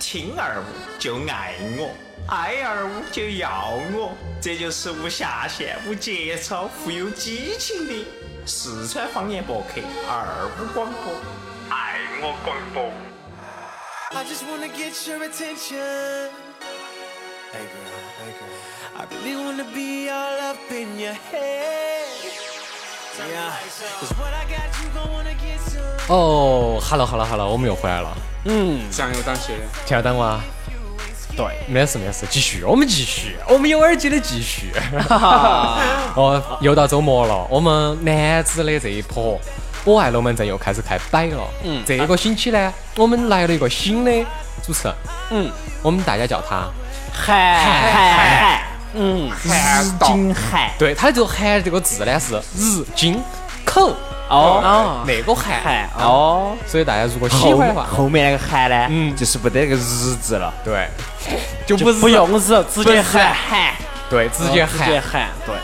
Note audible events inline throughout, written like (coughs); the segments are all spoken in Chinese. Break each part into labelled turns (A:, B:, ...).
A: 听二五就爱我，爱二五就要我，这就是无下限、无节操、富有激情的四川方言博客二五广播，爱哎我广播。
B: I just wanna get your attention. Hey girl, hey girl. I really wanna be all up in your head. Yeah, cause what I got, you gon' wanna get some.
C: 哦哈喽哈喽哈喽，我们又回来了，嗯
D: 酱油当鞋，
C: 听得懂吗？
D: 对，
C: 没事没事，继续，我们继续，我们有耳机的继续。 (laughs) 哦，又到周末了，我们南子的这一波，我爱龙门阵又开始开摆了。嗯，这个星期呢，我们来了一个新的主持人，
D: 嗯，
C: 我们大家叫他，
E: 嗨嗨，嗯
D: 韩道
E: 嗨，
C: 对，他的这个“韩”这个字呢是日金口
E: 哦，
C: 那个“韩
E: 嗨哦，”，
C: 所以大家如果喜欢的话，
E: 后面那个喊呢，
C: 嗯
E: 就是没得那个日字了，
C: 对，就
E: 就
C: 不
E: 不
C: 是
E: 用日，直接喊喊，
C: 对，直
E: 直
C: 接喊
E: 接。哦喊，对，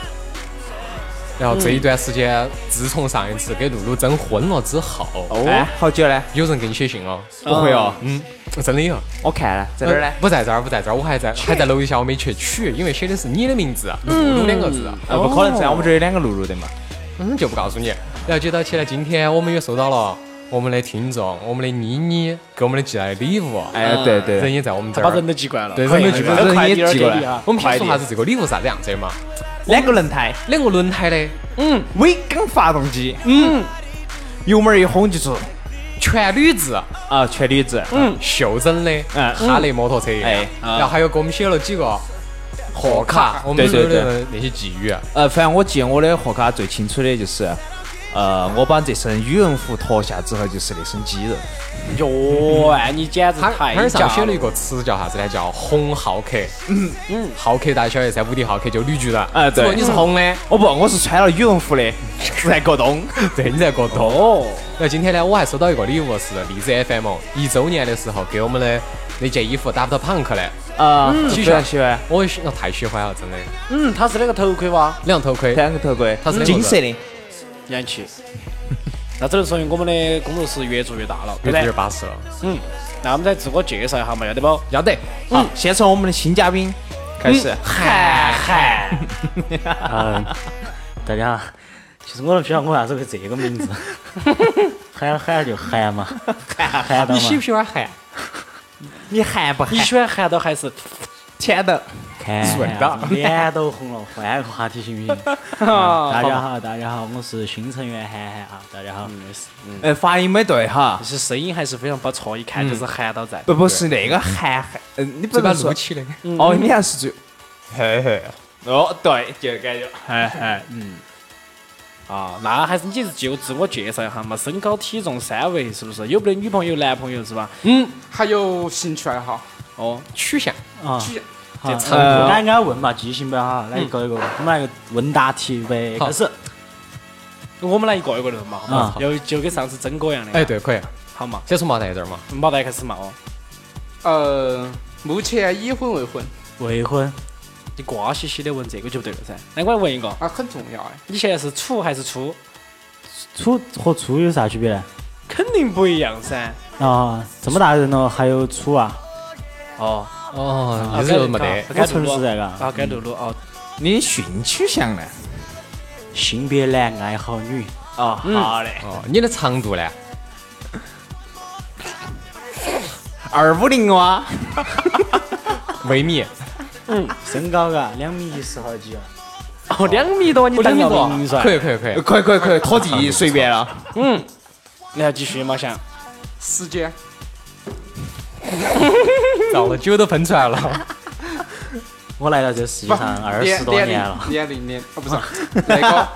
C: 然后这一段时间，自从上一次给露露征婚了之后，哎
E: 哦，好久呢？
C: 有人给你写信了，
E: 不会哦，
C: 嗯，真的有。
E: 我看了，在哪儿呢
C: 呃？不在这儿，不在这儿，我还在还在楼下，我没去取，因为写的是你的名字，啊露露两个字，
E: 啊，不可能
C: 哦
E: 噻，我们这儿有两个露露的嘛。
C: 嗯，就不告诉你。然后接到起来，今天我们也收到了 (laughs) 我们的听众，我们的妮妮给我们的寄来的礼物，啊
E: 哎，对对，
C: 人也在我们这
D: 他把人
C: 儿。
D: 都寄过来了，
C: 对
D: 可以
C: 人都寄过来
D: 那
E: 人
D: 啊快
E: 也
D: 递儿
E: 寄
D: 给
E: 过来
D: 你啊，
C: 我们平时说啥子这个礼物是啥子样子的嘛？
E: 两个轮胎，
C: 两个轮胎的，
E: 嗯，微缸发动机，嗯，油门一轰就出，
C: 全铝制，
E: 啊，全铝制，嗯，
C: 袖珍的
E: 嗯
C: 哈雷摩托车，
E: 哎
C: 然后还有给我们写了几个贺卡，我们
E: 对对
C: 留的那些寄语，
E: 呃，反正我记得我的贺卡最清楚的就是，呃，我把这身羽绒服脱下之后就是那身肌肉，
D: 哟，哎你简
E: 嗯
D: 直
C: 他
D: 太
C: 他上
D: 假
C: 写了一
D: 了。
C: 个词叫啥子呢？叫红浩克。嗯嗯，浩克大家晓得噻，无敌浩克就绿巨人。
E: 哎
C: 只
E: 对
C: 不过你是红的，
E: 哦不，我是穿了羽绒服的，是在过冬。
C: 对，你在过冬。
D: 哦，
C: 那今天呢，我还收到一个礼物，是荔枝 FM 哦一周年的时候给我们的那件衣服 Daft Punk 的，
E: 啊，
C: 喜
E: 喜
C: 欢
E: 欢喜欢，
C: 我喜我太喜欢了，真的。
D: 嗯，他是那个头盔哇，
C: 两头盔，
E: 两个头盔，
C: 它是哪个
E: 金色的，
D: 洋
E: (laughs)
D: 气。那只能说明我们的工作室越做越大了，
C: 有
D: 对不
C: 点
D: 对？
C: 巴适了。
D: 嗯，那我们再自我介绍一下嘛，要得不？
C: 要得，
E: 好，先从我们的新嘉宾开始，
D: 嗨嗨，
F: 嗯，大家好，其实我都不晓得我为啥子会这个名 (laughs) 字，喊喊就喊嘛，喊到
C: 你喜
F: 嘛
C: 不，喜欢韩？
E: 你寒不
D: 你喜欢韩导还是 (laughs)
E: 天的，
C: 顺
F: 看
C: 道
F: 嘛，脸都红了，换个话题行不行？ (laughs) 嗯大家好，大家好，我是新成员涵涵啊，大家好，
E: 哎，发音没对哈，
D: 是声音还是非常不错，一看就是韩导在。
E: 不不是那个寒寒，嗯，你不
C: 嘴巴
E: 能说
C: 撸，起的，嗯
E: 哦，你还是最，嘿嘿，哦，对，就感觉
D: 哎哎，嗯。啊，那还是你就自我介绍一下嘛，身高体重三围是不是？有没得女朋友男朋友是吧？
G: 还有兴趣爱好，
D: 哦，
C: 取向。
F: 啊，好，
D: 长
F: 呃挨挨问嘛，记性不要哈，来一个一个，我们来个问答题呗，
C: 好
F: 开始，
D: 我们来一个一个的嘛，好
F: 啊
D: 嘛，又就跟上次曾哥一样的，
C: 哎，，对，可以。
D: 好嘛，
C: 先从毛蛋这儿嘛，
D: 毛蛋开始嘛，哦，
G: 呃，目前已婚未婚
F: 未婚，
D: 你瓜兮兮的问这个就不对了噻。来，我来问一个，
G: 啊，很重要哎。
D: 你现在是处还是粗？
F: 处和处有啥区别呢？
D: 肯定不一样噻。
F: 啊，这么大人了还有处啊？
D: 哦，
C: 哦，意思就是没得。
F: 我纯是这个啊
D: 啊，该露露哦，
E: 你的性取向呢？
F: 性别男，爱好女。
E: 哦，
D: 嗯
E: 好嘞，
C: 哦，你的长度呢？
E: 二五零哦啊哇，
C: 微米。
F: 身高嘎，两米一十好几啊！
D: 哦，两米多，你
F: 两
D: 当
F: 米
D: 个
F: 多
D: 名帅，
C: 可以可以可以，
E: 可以可以可以，拖 (laughs) 地随便了。
D: 你要继续嘛，想
G: 时间
C: 糟了，酒都喷出来了。
F: 我来到这世界上二十
G: 年
F: 多
G: 年
F: 年了，
G: 龄年龄年啊不是那个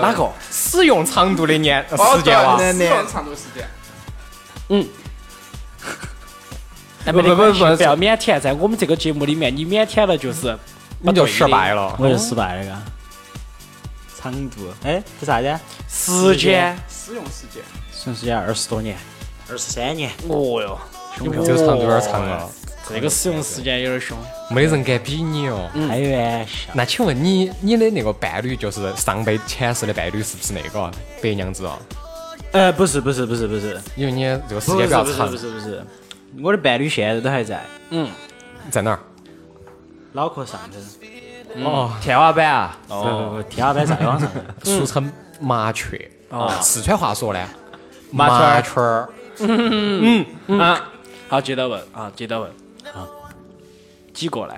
E: (laughs)
D: 哪？个？
C: 使用长度的年呃
G: 哦
C: 时间哇，
G: 对，使用
C: (laughs)
G: 长度时间。
D: 但没得
E: 不不
D: 关系
E: 不不
D: 不要腼腆，在我们这个节目里面，你腼腆了就是
C: (laughs) 你就失败了。
F: 我就失败了嘎。长度，哎，这啥子？
D: 时间。
G: 使用时间，
F: 算时间二十多年，二十三年，
D: 哦哟，
C: 这个长度有点长了，
D: 这个使用时间有点凶。
C: 没人敢比你哦。
F: 开玩笑。
C: 那请问你你的那个伴侣，就是上辈前世的伴侣，是不是那个白娘子哦？
F: 呃，不是不是不是不是，
C: 因为你这个时
F: 不
C: 间
F: 是
C: 比较
F: 不是
C: 长
F: 不，是不是，我的伴侣现在都还在，
C: 在哪儿？
F: 脑壳上头，
C: 哦，
E: 天花板啊，
F: 哦，天花板再往上头，
C: 俗称麻雀。嗯啊，四川话说呢，
E: 麻雀儿
C: 麻雀儿。
D: 好，接着问啊，接着问啊，几个呢？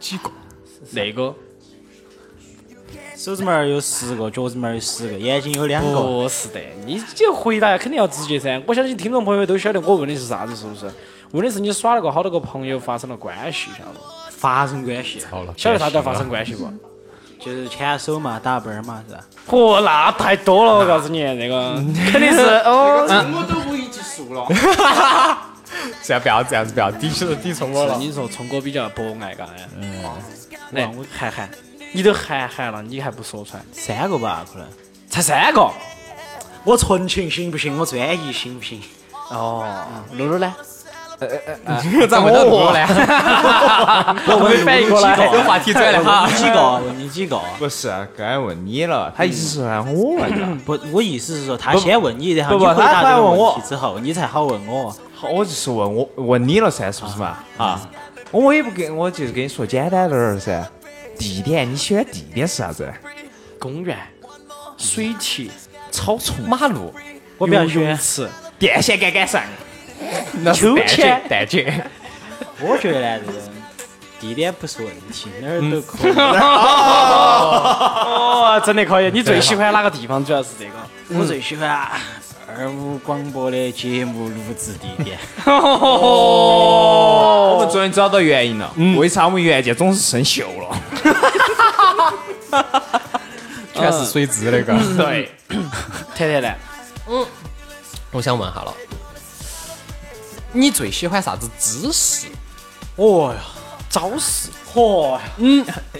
D: 几个？那个
F: (laughs) 手指拇儿有十个，脚趾拇儿有十个，眼睛有两个，
D: 不哦是的，你这回答肯定要直接噻。我相信听众朋友都晓得我问的是啥子，是不是？问的是你耍了个好多个朋友发生了关系，晓得不？
F: 发生关系，
C: 好了，
D: 晓得啥叫发生关系不？
F: 就是牵手嘛，打啵儿嘛，是吧？
D: (laughs) 嚯，那太多了，我告诉你，那个
F: (laughs)
D: 肯定是哦。
G: 我都无以计数了。
C: 算了，不要这样子，不要抵触抵触我
D: 是
F: 哦
C: 了。
D: 你说聪哥比较博爱，嘎，嗯，来，我涵涵，你都涵涵了，你还不说出来？
F: 三个吧，可能。
D: 才三个
F: 我纯情行不行？我专一行不行？
D: 哦，露露呢？
C: 咋问到我 (laughs) 呢？
F: 我
D: 没反应过来
C: 这话题转的
F: 问
C: 哈
F: 你。几个？问你几个？
E: 不是，刚才问你了，他意思是让我问
C: 嗯
E: 的，
F: 不，我意思是说，他先问你，然后
E: 不
F: 你
E: 不
F: 回答
E: 他
F: 这
E: 他
F: 个
E: 问我
F: 问题之后，你才好问我。
E: 好，我就是问我问你了噻，是不是嘛？
C: 嗯
E: 啊，我我也不跟，我就是跟你说简单点儿噻。地点，你喜欢地点是啥子？
D: 公园、水堤、
E: 草丛、
C: 马路，
F: 我比较喜欢，
D: 池，
E: 电线杆杆上。
C: 那是
F: 秋
C: 蛋
F: 千
C: 姐，蛋姐。
F: 我觉得呢，这个地点不是问题，哪儿都可以。
D: 哦，真的可以。你最喜欢哪个地方？主要是这个。
F: (laughs) 我最喜欢啊二五广播的节目录制地点。
E: 我们终于找到原因了，
C: 嗯
E: 为啥我们原件总是生锈了？
C: 全是水质那个。
E: 对，
D: 甜甜呢？
C: 我想问下了，你最喜欢啥子姿势？
F: (laughs) 哦呀，招式！嚯，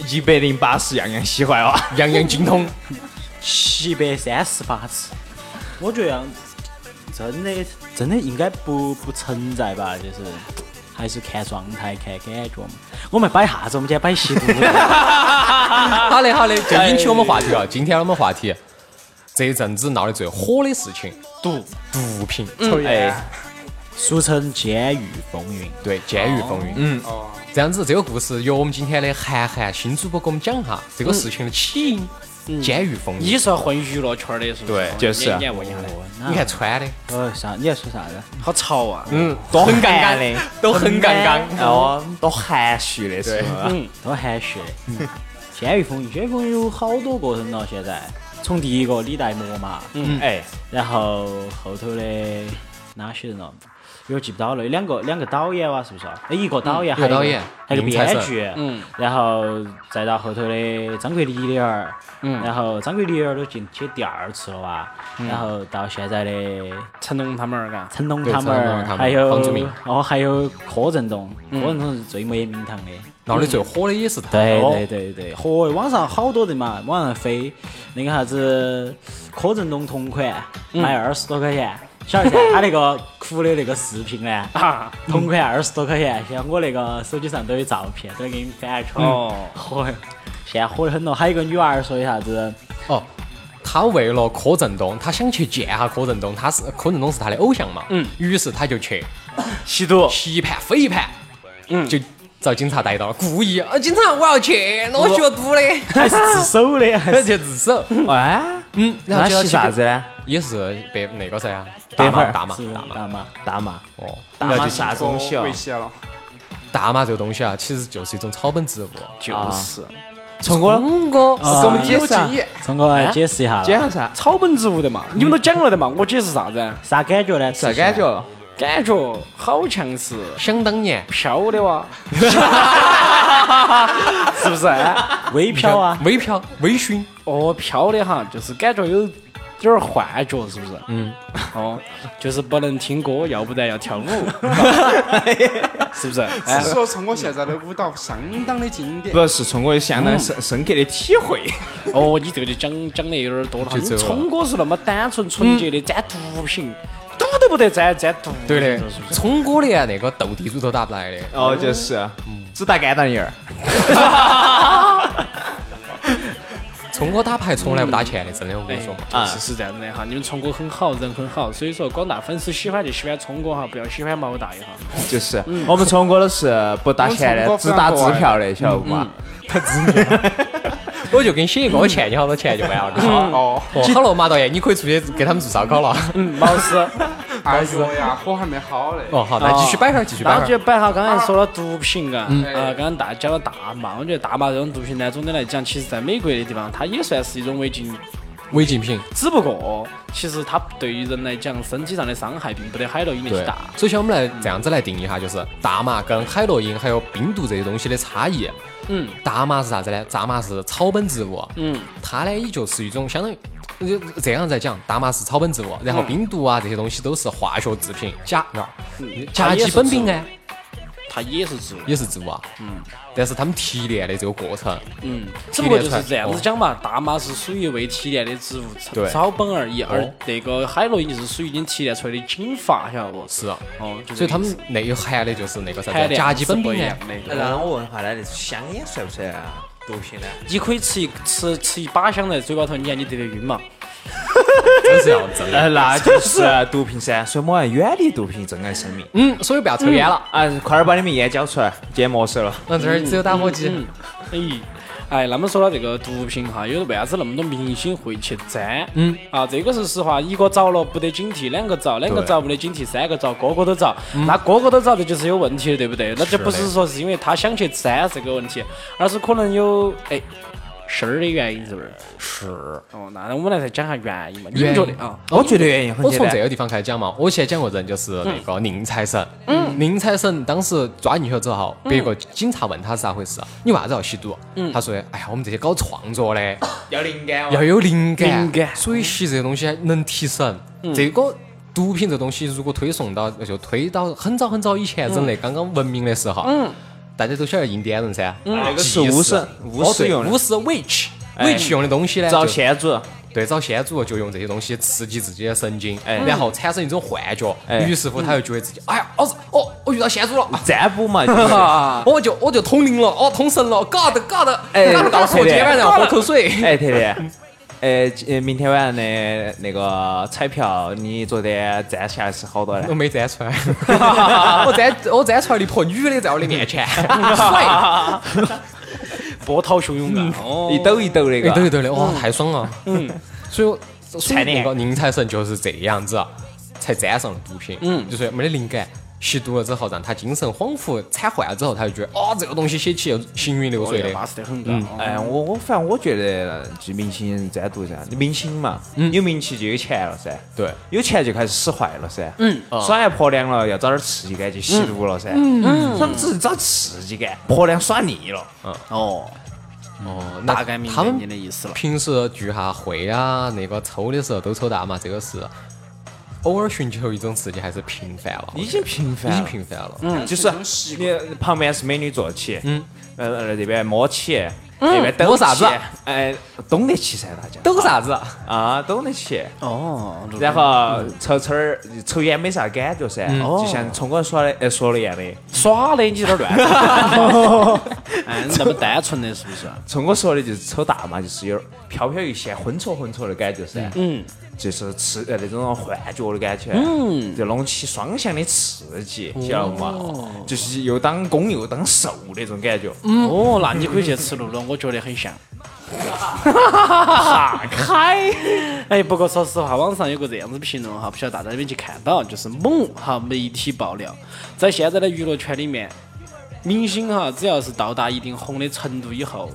E: 一百零八十样样喜欢哦。
C: 样样精通。
F: 七百三十八次。我觉得真的真的应该不不存在吧，就是还是看状态、看感觉嘛。我们摆啥子？我们今天摆吸 (laughs) 毒。
C: 好嘞，好嘞，就引起我们话题了。今天我们话题，啊这一阵子闹得最火的事情，毒嗯毒品，抽烟。
F: 俗称监狱风云。
C: 对，监狱风云。嗯，这样子，这个故事由我们今天的韩寒新主播给我们讲哈，这个事情的起因，监狱风云。
D: 你是混娱乐圈的，是不是？啊
C: 对
E: 就是
D: 你也问一下嘞，
F: 哎那
C: 你看穿的，
F: 哦啥？你要说啥子？
D: 好潮啊！
C: 嗯，都很尴
F: 韩
C: 尬，都很尴尬。
E: 哦，多含蓄的是吧？
F: 多含蓄的。监狱风云，监狱风云有好多个人了，现在从第一个李代沫嘛，
E: 嗯哎，
F: 然后后头的哪些人了？有点记不到了，有两个两个导演哇，是不是？哎，一个导演，
C: 嗯一个
F: 还有
C: 导演
F: 还有个
C: 宁采
F: 编
C: 臣
F: 剧，嗯，然后再到后头的张国立的儿，嗯，然后张国立的儿都进去第二次了哇，
C: 嗯
F: 然后到现在的
D: 成龙他们儿嘎，
F: 成龙
C: 对
F: 他们
C: 成
F: 儿，
C: 龙他们
F: 还有
C: 房祖嗯名
F: 哦，还有柯震东，柯震东是最美名堂的，
C: 闹得最火的也是他。
F: 嗯
C: 哦
F: 对对对对，嚯，网上好多人嘛，网上飞那个啥子柯震东同款，
E: 嗯
F: 卖二十多块钱。晓得噻，他那个哭的那个视
E: (laughs)
F: 频呢，
D: 啊，
F: 同款二十多块钱，像我那个手机上都有照片，都给你翻出来。
D: 哦，
F: 嚯，现在火得很了。还有一个女娃儿说的啥子？
C: 哦，他为了柯震东，他想去见下柯震东，他是柯震东是他的偶像嘛，嗯，于是他就去
D: 吸毒，
C: 吸一盘飞一盘，嗯，就遭警察逮到了，故意啊，警察我要去，那我学毒的， (laughs)
F: 还是自首的？还
C: 他
F: 是
C: 就自首，
E: (laughs) 哎，
C: 嗯，然
E: 那
C: 后就要
E: 是
C: 去
E: 啥子？呢？
C: 也是被那个噻啊，大麻大麻
F: 是
C: 大麻
F: 大妈，
E: 大麻。
C: 哦，
F: 大妈
E: 那就是啥子东西啊
G: 危？险了，
C: 大麻这个东西啊，其实就是一种草本植物，啊
D: 就是
E: 从我
C: 聪哥
F: 啊
C: 给我们解释啊
D: 有，记
F: 聪哥来解释一下
E: 哎解
F: 了，
E: 下噻，
D: 啊草本植物的嘛，你们都讲了的嘛，我解释啥子啊？
F: 啥感觉呢？
E: 啥感？觉？
D: 感觉好像是
C: 想当年
D: 飘的 (laughs) 哇，是不是？
F: 微飘啊，
C: 微飘微醺，
D: 哦，飘的哈，就是感觉有点儿幻觉，是不是？嗯，哦，就是不能听歌，要不然要 (laughs) 跳舞，是不是？哎，
G: 说从我现在的舞蹈相当的经典。
E: 不是，从我有相当深深刻的体会。
D: 哦，你这个就讲讲的有点儿多了哈。
C: 就
D: 你
C: 这个
D: 聪哥是那么单纯纯洁的，沾毒品，打都不得沾，沾毒。
C: 对的，聪哥连那个斗地主都打不来的，
E: 哦，就是，只打干瞪眼儿。
C: 聪哥打牌从来不打钱的，真的我跟你说。
D: 哎，就是是这样子的哈，你们聪哥很好，人很好，所以说广大粉丝喜欢就喜欢聪哥哈，不要喜欢毛大 (laughs) 爷哈。
E: 就是我们聪哥都是不打钱
G: 我
E: 的，
G: 们聪
E: 只
G: 哥
E: 打
G: 非常
E: 支票的，晓得不嘛？
C: 我就给你写一个，我欠你好多钱就完了。哦，好了，马导演，你可以出去给他们做烧烤 (laughs) 了。
D: 毛师，
G: 哎呦呀，火还没好嘞。
C: 哦，好，那继续摆会儿，继续摆
D: 那
C: 会
D: 我
C: 儿
D: 觉。得摆哈，刚才说了毒品啊，
G: 哎
D: 啊，刚刚大家讲了大麻，我觉得大麻这种毒品呢，总的来讲，其实在美国的地方，它也算是一种违禁
C: 违禁品，
D: 只不过，其实它对于人来讲，身体上的伤害并不得海洛因那些
C: 对
D: 大。。
C: 首先我们来这样子来定义一下，就是大麻跟海洛因还有冰毒这些东西的差异。
D: 嗯
C: 大麻是啥子呢？大麻是草本植物，
D: 嗯，
C: 它呢也就是一种相当于。就这样在讲，大麻是草本植物，然后冰毒啊这些东西都是化学制品，甲啊，
D: 嗯
C: 甲基苯
D: 啊
C: 丙胺
D: 它也是植物。
C: 也是植物啊，嗯，但是他们提炼的这个过程，
D: 嗯，只不过就
C: 提
D: 是
C: 炼出
D: 这
C: 来哦
D: 样子讲嘛，大麻是属于未提炼的植物草
C: 对
D: 草本而已，而
C: 哦
D: 那个海洛因就是属于已经提炼出来的精华，晓得不？
C: 是啊，
D: 哦，就这个
C: 所以他
D: 意思
C: 们内涵的就是那个啥
D: 含
C: 子甲
D: 量
C: 基
D: 是
C: 苯
D: 不
C: 丙
D: 一
C: 胺
D: 样，的。
E: 哎那我问下来，那香烟算不算毒品呢？
D: 你可以吃一吃吃一把香在嘴巴头，你看你得得晕嘛？
C: 真是要真的。
E: 呃，那就是 (laughs) 毒品噻，所以我们要远离毒品，珍爱生命。
C: 嗯，所以不要抽烟了，
E: 啊，快点把你们烟交出来，今天没收了。
C: 那这儿只有打火机。
D: 哎，哎，那么说到这个毒品哈，有为啥子那么多明星会去沾？
C: 嗯，
D: 啊，这个是实话，一个遭了不得警惕，两个遭，两个
C: 对
D: 遭不得警惕，三个遭，个个都遭。那个个都遭，这就是有问题的，对不对？那这不嗯是说是因为他想去沾这个问题，而是可能有哎事儿的原因，是不是？
C: 是，
D: 哦，那我们来再讲下原因嘛，你们觉得啊？
E: 我觉得原因很
C: 我
E: 简
C: 从这
E: 单，
C: 个地方开始讲嘛，我先讲个人，就是那个宁财神。嗯，宁财神当时抓进去之后，别个警察问他是咋回事，你为啥子要吸毒？他说：“哎呀，我们这些搞创作的
E: 要灵感
C: 要有灵感，
D: 灵感
C: 所以吸这些东西能提神。这个毒品这东西，如果推送到就推到很早很早以前，人类刚刚文明的时候，嗯，大家都晓得印第安人噻，
E: 那个是
C: 祭
E: 巫
C: 祀
E: 师，巫
C: 哦
E: 师
C: 对
E: 用的
C: 巫，师 witch witch 用的东西呢，
E: 找
C: 就
E: 先祖。
C: 对，找先祖就用这些东西刺激自己的神经，
E: 哎
C: 然后产生一种幻觉，
E: 哎
C: 于是乎他就觉得自己，哎呀，老子，哦，我遇到先祖了。啊
E: 占卜嘛，就是。
C: 我就我就通灵了，哦，通神了，God God，
E: 啊哎
C: ，God 告诉我
E: 对
C: 今
E: 的
C: 天晚上喝口水。
E: 哎，甜甜，呃，呃明天晚上的那个彩票，你昨天占下来是好多呢
C: 我？没粘出来， (laughs) 我粘我粘出来的婆女的在我的
E: (laughs)
C: 面前，甩，
D: 波涛汹涌啊！哦
E: 嗯一抖一抖那
C: 对哎对
E: 个，
C: 对的，哇，太爽了。嗯， (laughs) 所以我所以那个宁财神就是这样子啊，才沾上了毒品。嗯，就是没得灵感，吸毒了之后，让他精神恍惚，瘫痪了之后，他就觉得哦，这个东西写起又行云流水的。
D: 巴适得很，嘎哦
E: 哎，我我反正我觉得，就明星占毒噻，明星嘛，
D: 嗯
E: 有名气就有钱了噻，
C: 对，
E: 有钱就开始使坏了噻，嗯，耍完婆娘了，要找点刺激感就吸毒了噻，嗯，他们只是找刺激感，婆娘耍腻了，
D: 哦，
C: 哦，
D: 大概明
C: 他
D: 白
C: 们
D: 你的意思了。
C: 平时聚下会啊，那个抽的时候都抽大麻，这个是偶尔寻求一种刺激还是频繁了，
E: 已经频繁
C: 已
E: 了，
C: 经频繁了。嗯，
E: 就是你旁边是美女坐起，嗯，呃呃这边摸起，那边抖
C: 摸啥子
E: 起？哎，懂得起噻，大家
C: 都啥子？
E: 啊，懂得起。
D: 哦，
E: 然后抽抽儿抽烟没啥感觉噻，就像聪哥说的呃说的一样的，
D: 耍的你有点乱。 (laughs) 哎，你那么单纯的是不是？
E: 聪哥说的就是抽大麻就是有点飘飘欲仙、昏戳昏戳的感觉噻，嗯，就是刺呃那种幻觉的感觉，嗯，就弄起双向的刺激，晓得不嘛？就是又当攻又当受那种感觉，
D: (laughs) 哦，那你可以去吃露露，我觉得很
C: (laughs)
D: 像。
E: 开。
D: 哎，不过说实话，网上有个这样子的评论哈，不晓得大家有没有去看到，就是某哈媒体爆料，在现在的娱乐圈里面，明星哈只要是到达一定红的程度以后。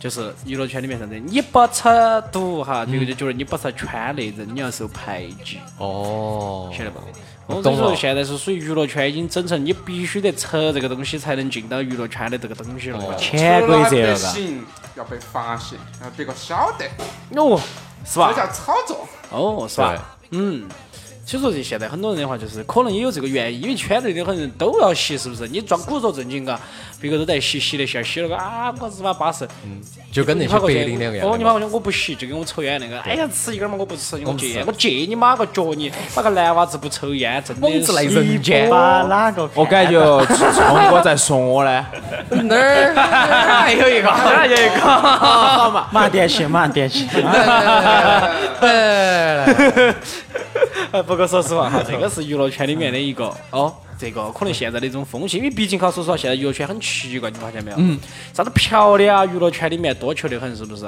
D: 就是娱乐圈里面啥子，你不吃毒哈，
C: 嗯
D: 这个就觉得你不是圈内人，你要受排挤。
C: 哦，
D: 晓得不？
C: 我
D: 我
C: 懂
D: 跟你说，
C: 了
D: 现在是属于娱乐圈已经整成你必须得扯这个东西才能进到娱乐圈的这个东西了。
C: 哦
G: 潜
F: 潜规则了
G: 了
F: 嘎
G: 行，要被发现，让别个晓得，
D: 哦，是
G: 这
D: 吧？
G: 叫炒作。
D: 哦，是
C: 对
D: 吧？嗯，所以说，这现在很多人的话，就是可能也有这个原因，因为圈内的很多人都要洗，是不是？你装故作正经，嘎，啊别个都在洗洗的洗，洗了个啊，我日巴巴适。
C: 就跟那些白领两个
D: 哦，
C: 样
D: 你妈
C: 的。
D: 我就我不洗，就跟我抽烟那个，哎呀，吃一根嘛，我不吃，我戒，我戒你妈个脚你，哪个男娃子不抽烟，真的
C: 王自来人间，
F: 把哪个？
E: 我
D: 哦
E: 感觉聪哥在说我呢。
C: 那儿还有一个，还有一个，好嘛，
F: 慢点写，慢点 (laughs) 写。
D: 呃，不过说实
C: (laughs)
D: 话哈，这个是娱乐圈里面的一个哦，这个可能现在的一种风气，因为毕竟哈，说实话，现在娱乐圈很奇怪，你发现没有？嗯。啥子嫖的啊，娱乐圈里面多求的很，是不是？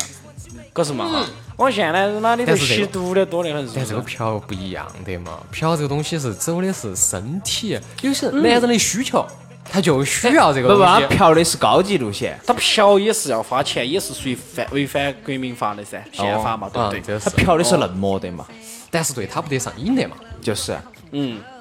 D: 可是嘛哈，我现在他妈的
C: 嗯但是这
D: 吸
C: 个
D: 毒的多的很，是
C: 但
D: 不
C: 哎这
D: 是
C: 个？嫖不一样的嘛，嫖这个东西是走的是身体，有些男人的需求，他就需要这个
E: 不不，
C: 东
E: 他
C: 西。
E: 嫖的是高级路线，
D: 他嫖也是要花钱，也是属于犯违反国民法的噻，宪法嘛，对不
C: 啊，
D: 对？
C: 这
E: 他
C: 是，
E: 嫖的是嫩模的嘛，
C: 但是对他不得上瘾的嘛。
E: 就是。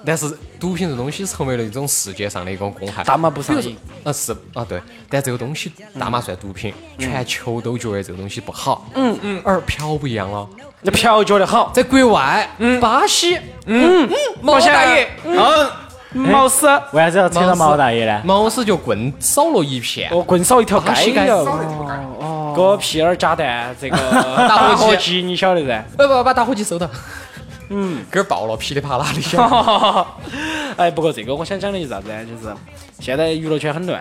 C: 但是毒品这东西成为了一种世界上的一个公害。
D: 大麻不上瘾
C: 比如说，啊是啊对，但这个东西大麻算毒品，全球都觉得这个东西不好。嗯嗯。而嫖不一样了，
D: 那嫖觉得好，
C: 在国外，巴西，嗯，毛大爷，
D: 嗯
C: 嗯哎
D: 毛丝
F: 为啥子要扯到毛大爷呢？
C: 毛氏就棍少了一片，
D: 哦，棍少一条
C: 巴
D: 街
C: 西
D: 一
C: 街
D: 样。
C: 哦
D: 个屁眼儿炸弹，
C: (laughs)
D: 这个打火机你晓得噻？
C: 不不把打火机收到。嗯， (laughs) 根儿爆了，噼里啪啦
D: (laughs)
C: 的响。
D: 哎，不过这个我想讲的是啥子呢？就是现在娱乐圈很乱，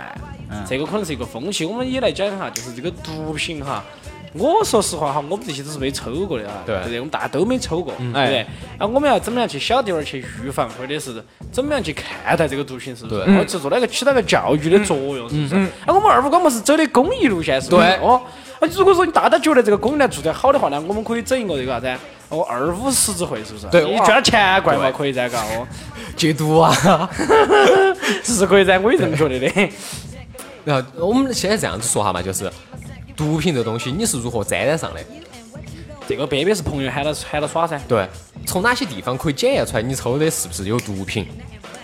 C: 嗯
D: 这个可能是一个风气。我们也来讲一下，就是这个毒品哈。我说实话哈，我们这些都是没抽过的哈，
C: 对嗯哎
D: 不对？我们大家都没抽过，对不对？啊，我们要怎么样去晓得点儿去预防，或者是怎么样去看待这个毒品，是不是？
C: 对嗯
D: 我只做了一个起到一个教育的作用，是不是？啊，我们二五广播是走的公益路线，是不是？
C: 对
D: 哦，啊，如果说你大家觉得这个公益呢做得好的话呢，我们可以整一个这个啥子啊？哦，二五十字会是不是？
C: 对
D: 你
C: 我
D: 捐点钱过来嘛，可以噻，嘎哦。 (laughs)
C: 戒毒啊！
D: 是可以噻，我也这么觉得的。
C: 然后我们现在这样子说哈嘛，就是毒品这东西你是如何沾染上的？
D: (laughs) 这个边边是朋友喊他喊他耍噻，
C: 对，从哪些地方可以检验出来你抽的是不是有毒品？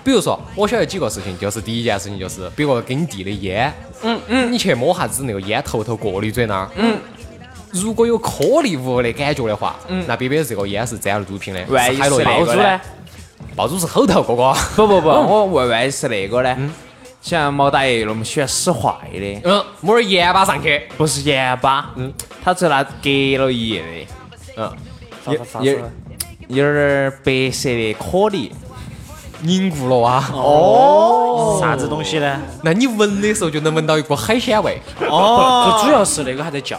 C: 比如说，我晓得几个事情，就是第一件事情就是，比如说给你递的烟，嗯嗯，你去摸下子那个烟头头过滤嘴那儿，嗯，如果有颗粒物的感觉的话，嗯，那别别这个烟是沾了毒品的，
E: 万一
C: 海洛
E: 是
C: 因
E: 那
D: 爆
E: 个
D: 珠
E: 呢
D: 呢？
C: 爆珠是后头哥哥，
E: 不不不，我问万一是那个呢？像毛大爷那么喜欢使坏的，
C: 嗯，摸点盐巴上去，
E: 不是盐巴，嗯，他只拿隔了一夜的，
C: 嗯，
D: 啥啥啥
E: 有有有点儿白色的颗粒，
C: 凝固了
E: 哦
C: 啊，
F: 啥子东西呢？
C: 那你闻的时候就能闻到一股海鲜味，哦
D: 不，主要是那个还在叫，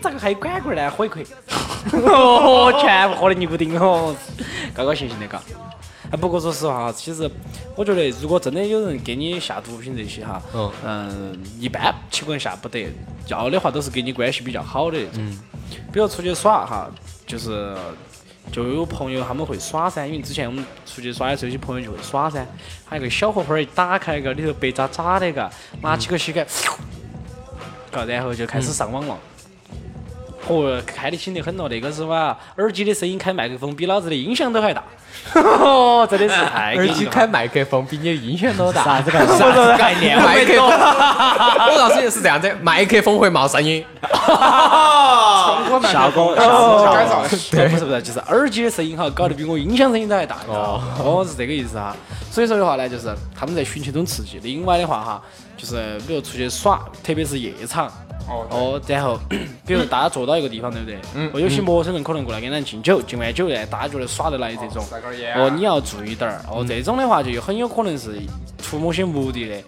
D: 咋个还有管管呢？喝
C: (laughs)
D: 一口，哦，全部喝的尼古丁哦，高高兴兴的嘎。啊，不过说实话哈，其实我觉得，如果真的有人给你下毒品这些哈，
C: 嗯
D: 嗯，一般情况下不得，要的话都是跟你关系比较好的那种。
C: 嗯
D: 比如出去耍哈，就是就有朋友他们会耍噻，因为之前我们出去耍的时候，有些朋友就会耍噻。他那个小火花儿一打开，个里头白渣渣的，嘎，拿起个膝盖， (sniffs) 嘎，然后就开始上网了。嚯，开得轻得很了，那个是哇，耳机的声音开麦克风比老子的音响都还大， (laughs) 哦真的是太给
C: 耳
D: 力
C: 机
D: 了
C: 开麦克风比你的音
D: (laughs)
C: 响都大。
F: 啥子概念？
C: 概念？麦克风， (laughs) 我告诉你是这样子，麦克风会冒声音，
F: 效果
D: 哦
G: 改造的，
D: 不是不是，就是耳机的声音哈，搞得比我音响声音都还大，你知道吗哦，是这个意思哈。所以说的话呢，就是他们在寻求一种刺激。另外的话哈，就是比如出去耍，特别是夜场。哦，然 (coughs) 后比如大家坐到一个地方，对不对？嗯。有些陌生人可能过来跟咱敬酒，敬完酒呢，大家觉得耍得来这种。
G: 那个烟啊
D: 哦，你要注意点儿。哦，这种的话就有很有可能是出某些目的的。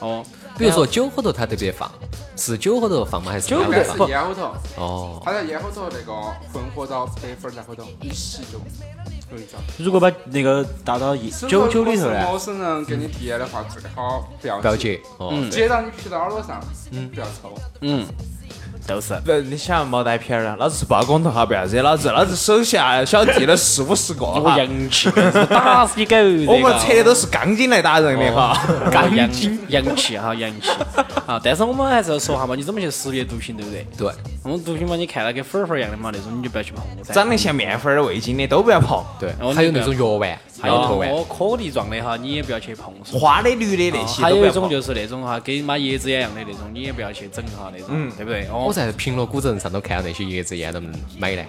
D: 哦，
C: 比如说酒后头它特别放，是酒后头放吗？还是
D: 酒后头
G: 应该
C: 烟
G: 是
C: 放
G: 烟后头，
C: 哦，
G: 他在烟后头那个混合到白粉儿在后头一吸就有一张。
F: 如果把那个打到一九九里头呢？
G: 如果是陌生人给你递的话，最好不要
C: 不要接哦。嗯
G: 接到你披到耳朵上，不要抽。
D: 嗯，都是。
E: 不，你想毛蛋片儿啊？老子是包工头哈，不要惹老子，老子手下小弟了四五十个
D: 我
E: 哈，
D: 洋 (laughs) 气，打死你狗！
E: 我们
D: 这
E: 扯
D: 个哦
E: 的都是钢筋来打人的哈。
D: 干洋洋气哈，洋气啊！但是我们还是要说哈嘛，你怎么去识别毒品，对不对？
E: 对，
D: 我们毒品嘛，你看那跟粉儿粉儿一样的嘛，那种你就不要去碰。
E: (laughs) 长得像面粉儿、味精的都不要碰，
C: 对
D: 哦，
C: 还有那种药丸，还有头丸，
D: 哦，颗粒状的哈，你也不要去碰。
E: 啊花的、绿的那些
D: 还
E: 都不
D: 有一
E: 要
D: 种
E: 碰。
D: 就是那种哈，跟妈椰子烟一样的那种，你也不要去整哈那种，
E: 嗯
D: 对不对？
C: 我
D: 哦，
C: 在平乐古镇上头看到那些椰子烟，能不能买呢？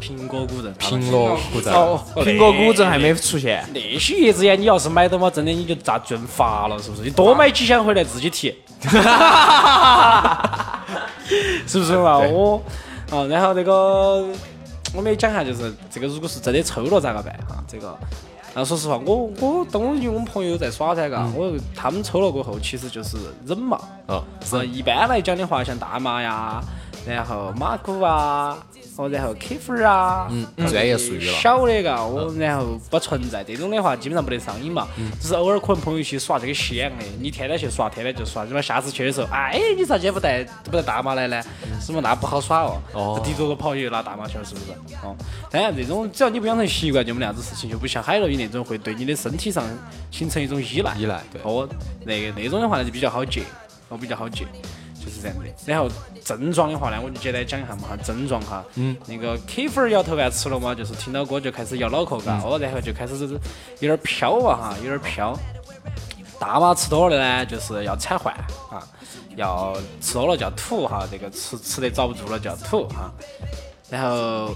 D: 苹果古镇，
C: 平乐古镇，
E: 哦，苹果古镇还没出现，
D: 那些椰子烟，你要是买到嘛，真的你就咋赚发了，是不是？你多买几箱回来自己提，是不是嘛？我啊，然后那个我们也讲下，就是这个如果是真的抽了咋个办哈？这个。然后说实话，我我当因为我们朋友在耍噻，嘎，我他们抽了过后，其实就是忍嘛。
C: 哦，
D: 是一般来讲的话，像大麻呀，然后马古啊，哦，然后 K 粉儿啊，
C: 嗯专业术语了嗯
D: 小的嘎，我然后不存在这种的话，基本上没得上瘾嘛，只是偶尔可能朋友去耍这个西洋的，你天天去耍，天天就耍，你妈下次去的时候，哎，你咋今天不带不带大麻来呢？是吗？那不好耍哦，
C: 嗯哦
D: 这滴着个跑又拿大麻去了，是不是？哦，当然这种只要你不养成习惯，就没啥子事情，就不像海洛因那种会对你的身体上形成一种依赖，
C: 依赖对
D: 哦，那个那种的话呢就比较好戒，哦比较好戒，就是这样的。然后症状的话呢，我就简单讲一下嘛哈，症状哈，嗯，那个 K 粉儿摇头丸吃了嘛，就是听到歌就开始摇脑壳嘎，哦，然后就开始有点飘啊哈，有点飘。大麻吃多了呢，就是要铲换啊，要吃多了叫吐哈，这个吃吃得遭不住了叫吐哈、然后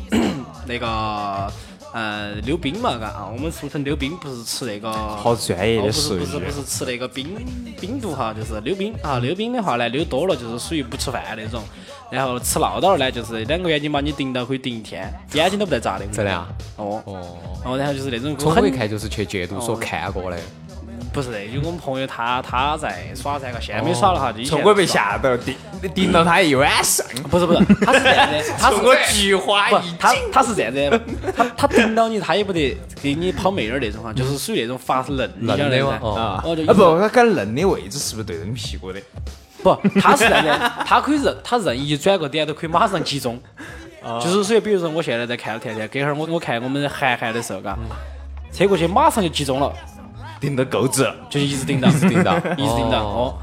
D: 那个呃溜冰嘛，嘎啊，我们俗称溜冰不是吃那个
E: 好专业
D: 哦，
E: 的
D: 不是
E: 术
D: 不
E: 语
D: 是。不是吃那个冰冰毒哈，就是溜冰啊，溜冰的话呢，溜多了就是属于不吃饭那种，然后吃闹刀呢，就是两个眼睛把你盯到可以盯一天，眼睛都不带眨的。
C: 真的啊？
D: 哦
C: 哦，
D: 哦，然后就是那种
C: 从我
D: 很
C: 一看就是去戒毒所看过的，
D: 不是的，因为我们朋友他他在耍噻，个现在没耍了哈，就以前
E: 从我被
D: 耍
E: 吓到，盯盯到他一晚上，
D: 不是不是，他是这样的，他是
E: 从我菊花
D: 不
E: 一，
D: 他他是这样的，他他盯到你，他也不得给你跑妹儿那种哈，就是属于那种发愣，你晓
C: 愣
D: 得
C: 的
D: 噻
C: 嘛？哦
E: 啊，啊
D: 哦就
E: 不，他刚愣的位置是不是对人屁股的？
D: 不，他是这样的，他可以任他任意转个点都可以马上集中，就是所以，比如说我现在在看甜甜，隔会儿我我看我们涵涵的时候，嘎，车过去马上就集中了，
E: 盯到钩子了，
D: 就一直盯到，一直
C: 盯到
D: 一直盯到，哦。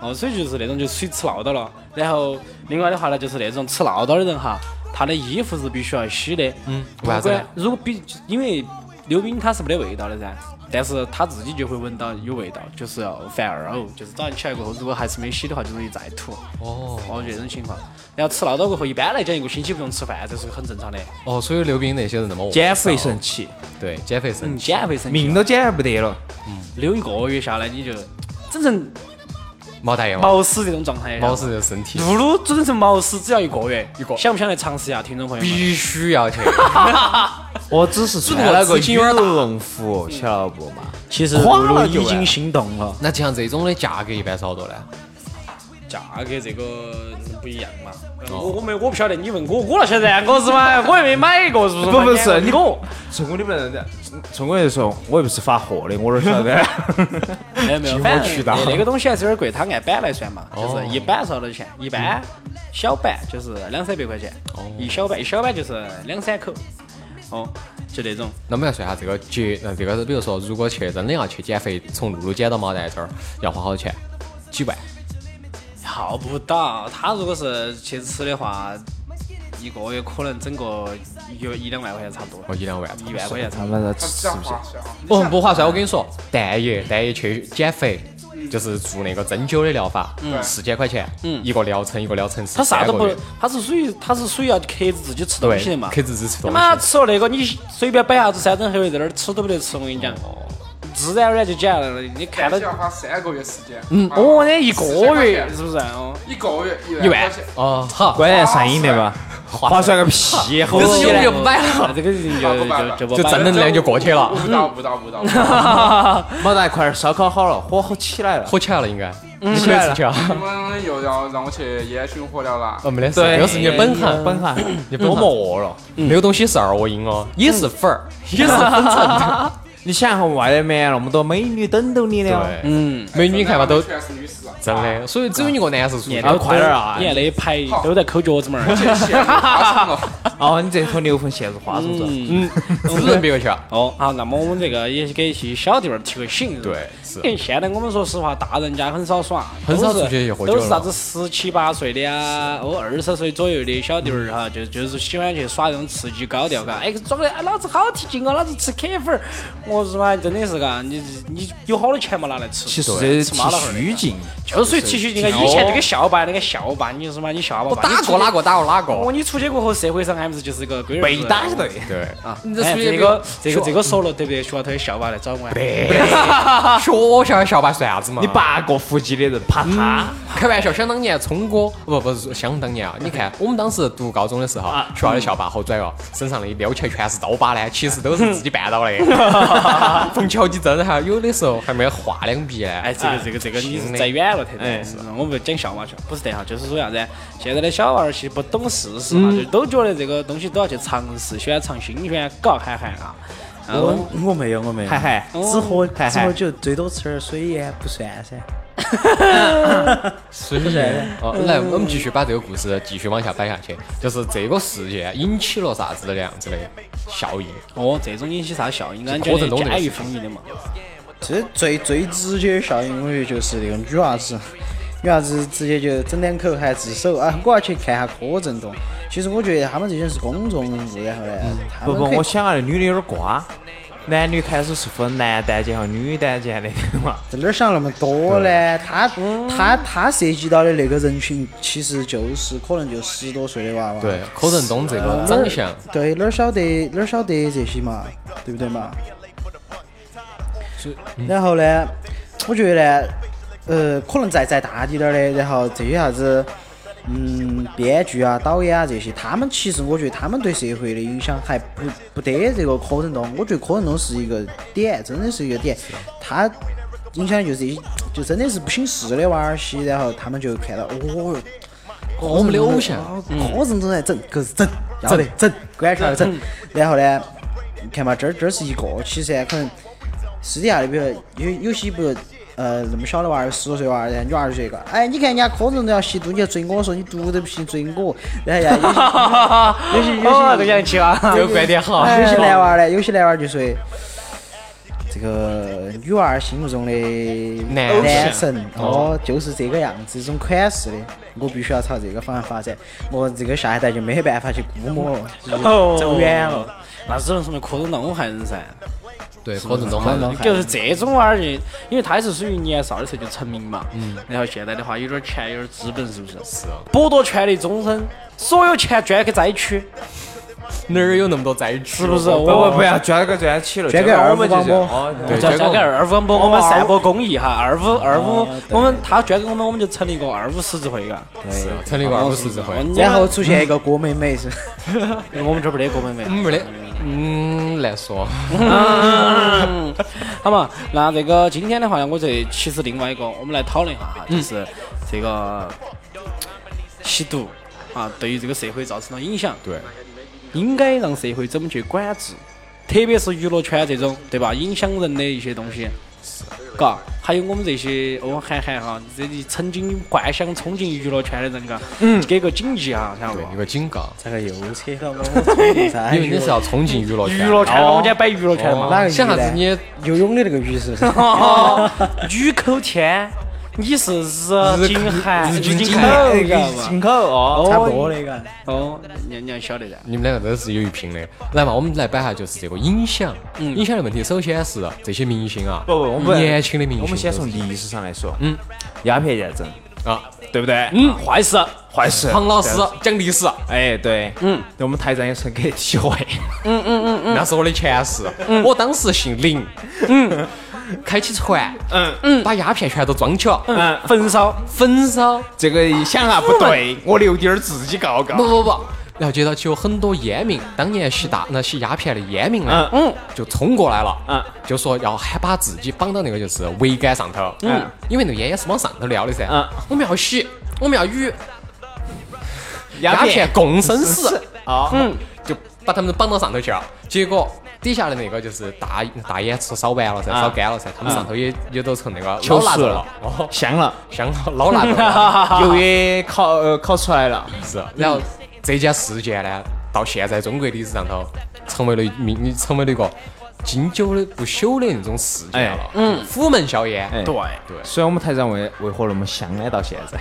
D: 哦，所以就是那种就属于吃闹到了，然后另外的话呢，就是那种吃闹到的人哈，他的衣服是必须要洗的，嗯，不
C: 为啥子呢
D: 管如果比因为溜冰它是没得味道的噻，但是他自己就会闻到有味道，就是要犯二呕，就是早上起来过后如果还是没洗的话，就容易再吐，
C: 哦
D: 哦，就这种情况。然后吃闹到过后，一般来讲一个星期不用吃饭，这是很正常的。
C: 哦，所以溜冰那些人那么饿
E: 减肥神器，
C: 对减肥生
D: 嗯，减肥生
E: 命都减不得了。
D: 溜一个月下来，你就整成
C: 毛大爷嘛，
D: 毛屎这种状态，
C: 保持这个身体
D: 露露整成毛屎只要一个月，
C: 一个
D: 想不想来尝试一下，听众朋友们？
C: 必须要去，
E: 我只是穿了个羽绒服，晓得不嘛？
F: 其实露
E: 垮了
F: 露
E: 就
F: 已
E: 完
F: 经心动了，
C: (laughs) 那像这种的价格一般是好多呢？
D: 价格这个不一样嘛。我我没我不晓得，你问我，我那晓得噻，我
E: (laughs)
D: 是嘛，我又没买过，是不是
E: 不
D: 嘛？
E: 不是
D: 你跟我，
E: 从我你不能这样，从我就说，我又不是发货的，我哪晓 (laughs) 得？
D: 没有没有，
E: 进货
D: 反正
E: 渠道
D: 那个东西还是有点贵，它按板来算嘛，就
C: 哦
D: 是一板是多少钱？一般小板就是两三百块钱，一小板一小板就是两三口，哦，就那种。
C: 那我们要算下这个节，呃，这个是比如说，如果去真的要去减肥，从露露减到毛蛋这儿，要花好多钱？几万？
D: 要不到，他如果是去吃的话，一个月可能整个一一两万块钱差不
C: 哦，
D: 多，
C: 一两万差不多。
D: 一万块钱差不多。
E: 们
G: 他比较划算啊。
C: 我哦很不划
D: 嗯
C: 算，我跟你说，蛋爷，蛋爷去减肥，就是做那个针灸的疗法，四千块钱，一个疗程，一个疗程
D: 嗯
C: 是
D: 他啥都
C: 三个
D: 不
C: 月，
D: 他是属于他是属于要克制自己吃东西的
C: 对
D: 嘛，。
C: 克制自吃
D: 他
C: 东
D: 妈
C: 西。
D: 吃了那个，你随便摆下子山珍海味在那儿吃都不得吃，我跟你讲，自然而然就减下来了。你看到
G: 但是要花三个月时间。
D: 嗯，
G: 啊
D: 哦，那一个月
G: 4000
D: 是不是？哦，
G: 一个月一
D: 一
G: 万
D: 万
G: 块钱，
C: 哦，好， (laughs)
E: 关键上瘾的吧？划算个屁！好
C: 可是
D: 起
C: 有
D: 来
C: 就不买了，
D: 哦 (laughs) 这个就
G: 不办了
D: 就就不
C: 就
D: 办
C: 正
D: 了
C: 能量就过去了，
G: 误导误导误导，误导
C: (laughs)
E: 毛蛋块儿烧烤好了，火好起来了，
C: 火起来了应该，你起来了， (laughs)
G: 你们又要让我去烟熏火燎了。
C: 哦，没得事，
E: 对
C: 又
D: 哎
C: 是你的本行，
E: 本行，
D: 嗯 (laughs)
C: 你多么饿了，那个东西是二恶英哦，也是粉儿，也是粉
E: 你想哈，外面那么多美女等到你了，
C: 对，嗯，美女看嘛都
G: 全是女士啊，
C: 真的，所以只有一个男士出
D: (laughs)
C: 去
D: 你。
E: 啊快点儿啊
D: 你看那一排都在抠脚趾门儿。
E: 哦，你这坨牛粪陷入花丛中。
D: 嗯，
C: 指认别个去啊。
D: 哦，好，那么我们这个也给一些小弟们儿提个醒。
C: 对是
D: 因为现在我们说实话，大人家很少耍，
C: 很少
D: 都是
C: 出去喝酒
D: 都是啥
C: 了
D: 子十七八岁的啊，哦二十岁左右的小弟们儿哈，就就是喜欢去耍这种刺激高调嘎。哎，装的哎老子好提劲哦，老子吃 K 粉儿，我日妈真的是嘎，你你有好多钱嘛拿来吃？
E: 其实
D: 对
E: 这
D: 吃麻辣
E: 是
D: 烫的
E: 虚劲，
D: 就是属于提起你看以前那个校霸，那个校霸，你日妈你校霸
C: 我
D: 吧，你
C: 打
D: 出
C: 过哪个打过哪
D: 哦，
C: 个？
D: 你出去过后，社会上还不是就是一个龟儿
E: 被
D: 子
E: 打对。
C: 对，
D: 啊！
C: 你这
D: 哎
C: 属于
D: 这
C: 那
D: 个
C: 个
D: 这个这个说了，对不对？徐娃头有笑吧来找我啊。啊
C: 学校校霸算啥子嘛？
E: 你八个腹肌的人，啪他，
C: 开玩笑，想当年聪哥不不是想当年啊！你看我们当时读高中的时候，
D: 啊
C: 学校的校霸好拽哦，身上的撩起来全是刀疤呢，其实都是自己绊到的。
D: (laughs)
C: 缝巧几针哈，有的时候还没画两笔呢。
D: 哎，这个这个这个你是站远了，特别是我们讲笑话去了，不是这样，就是说啥子？现在的小娃儿其实不懂事实嘛，就都觉得这个东西都要去尝试，喜欢尝新鲜，搞憨憨啊。然后
F: 我我没有，我没有，哦
E: 嗨嗨
F: 只喝
E: 嗨
F: 只
E: 嗨
F: 喝酒，最多吃点水烟不算噻。
C: 所以哦，来，我们继续把这个故事继续往下摆下去，就是这个事件引起了啥子的那样子的效应？
D: 哦，这种引起啥效应？俺
C: 过程
D: 觉得
C: 中
D: 家
C: 这
D: 喻
C: 个
D: 风靡的嘛。
F: 其实最最直接的效应，我觉得就是那个女娃子，女娃子直接就整两口还自首啊！我要去看下柯震东。其实我觉得他们这些人是公众人物，然后呢，他
E: 不
F: 们
E: 不，
F: 可以
E: 我想啊，女的有点瓜，男女开始是分男单间和女单间的嘛。
F: 在哪儿想那么多呢？他他他涉及到的那个人群，其实就是可能就十多岁的娃娃。
C: 对，柯震东这个长相，
F: 对，哪儿晓得哪儿晓得这些嘛，对不对嘛？然后呢，我觉得呢，呃，可能再再大滴点儿的，然后这些啥子，嗯，编剧啊、导演啊这些，他们其实我觉得他们对社会的影响还不不得这个柯震东。我觉得柯震东是一个点，真的是一个点，他。影响的就是一，就真的是不省事的娃儿些，然后他们就看到，哦，
C: 我们的偶像，
F: 柯震东来整，可是整，要得整，管全整。 (laughs) 然后呢，你看嘛，这儿这儿是一个，其实呢可能私底下的，比如有有些比如呃那么小的娃儿，十多岁娃儿，然后女娃儿就一个，哎，你看人家柯震东要吸毒，你要追我，说你毒都不行，追我，然后人家有些
D: 有些有些洋气啊！
C: 这个观
E: (laughs)
C: 点好。
F: 有些哎男娃儿呢，有些男娃儿就说，这个女娃儿心目中的
C: 男神
F: 男神哦，就是这个样子，这种款式的，我必须要朝这个方向发展，我这个下一代就没办法去估摸了，就是走远了。
D: 哦那只能说明柯震东害人噻。
C: 对，柯震东嘛，
D: 就是这种娃儿就，因为他也是属于年少的时候就成名嘛，然后现在的话有点钱有点资本，是不是？嗯是。哦剥夺权利终身，所有钱捐给灾区，
C: 哪儿有那么多灾区？
D: 是不哦是？？
E: 不不
D: 我
E: 不要捐给捐起了，
F: 捐给
E: 捐我
F: 二
E: 们
F: 五
E: 就
F: 广
E: 是
F: 播
E: 哦，
C: 对，
D: 捐
C: 结
D: 捐
C: 果
D: 给二五帮，我们
F: 哦
D: 散播公益哈。二五二五
F: 哦，对
D: 我们他捐给我们，我们就成立一个二五十字会嘎。
C: 成立个二五十字会
D: 哦。你
F: 然后
D: 们
F: 出现一个郭美美是，
D: (laughs) 我们这儿没得哥们没。
C: 嗯，没得，嗯，难说。
D: 嗯， (laughs) 好嘛，那这个今天的话呢，我这其实另外一个，我们来讨论一下哈，
C: 嗯
D: 就是这个吸毒啊，对于这个社会造成了影响，
C: 对，
D: 应该让社会怎么去管制，特别是娱乐圈这种，对吧？影响人的一些东西，嘎，还有我们这些哦涵涵哈，这里曾经幻想冲进娱乐圈的人嘎，嗯，给个警戒哈，晓得
C: 对，一
D: 不？
C: 个警告，
F: 这个又扯到我，
C: 因为你是要冲哎进娱乐圈。哎
D: 娱乐圈，我们家摆娱乐圈嘛，
F: 哪个娱
C: 想啥
F: 呢
C: 子你
F: 游泳的那个鱼是不是？
D: 哦，雨口天，你是日
C: 日
D: 金寒，
C: 日
D: 金
C: 金
D: 口，
C: 寒
F: 哎
D: 知道吗？
E: 进口哦，
F: 差不多那个。
D: 哦，你你要晓得噻。
C: 你们两个都是有一拼的。来嘛，我们来摆下就是这个影响，影响的问题。首先是这些明星啊，
E: 不不，我们
C: 年轻的明星，
E: 我们先从历史上来说，嗯，鸦片战争，
C: 啊，
E: 对不对？
D: 嗯，坏事。
E: 坏事，
C: 庞老师讲历史，啊
E: 哎，对，嗯，我们台长也曾给机会，
C: (laughs) 那是我的前世，我当时姓林，嗯，开起船，嗯嗯，把鸦片全都装起了，
E: 嗯，
D: 焚烧，
C: 焚烧，
E: 这个一想啊不
C: (laughs)
E: 对，我留点儿自己告告
C: 不，不不，然后接到起有很多烟民，当年吸大那吸鸦片的烟民呢，嗯，就冲过来了，
E: 嗯，
C: 就说要还把自己绑到那个就是桅杆上头，嗯，因为那个烟也是往上头撩的噻，
E: 嗯，
C: 我们要吸，我们要与
E: 鸦
C: 鸦片共生死，
E: 啊，哦
C: 嗯，就把他们绑到上头去了，结果底下的那个就是大大烟囱烧完了噻，
E: 啊
C: 烧干了�噻，他们上头也也都成那个
E: 敲
C: 老腊
E: 熟
C: 肉
E: 了
C: 了，哦，
E: 香
C: (laughs)
E: 了，
C: 香了老腊肉了
E: 油也烤呃烤出来了，
C: 是。然后这件事件呢，到现在中国历史上头成为了名，成为了一个经久的不朽的那种事件了。嗯，虎门销烟，
E: 哎
D: 对，
E: 所以我们台长为为何那么香呢？到现
C: (laughs)
E: 在，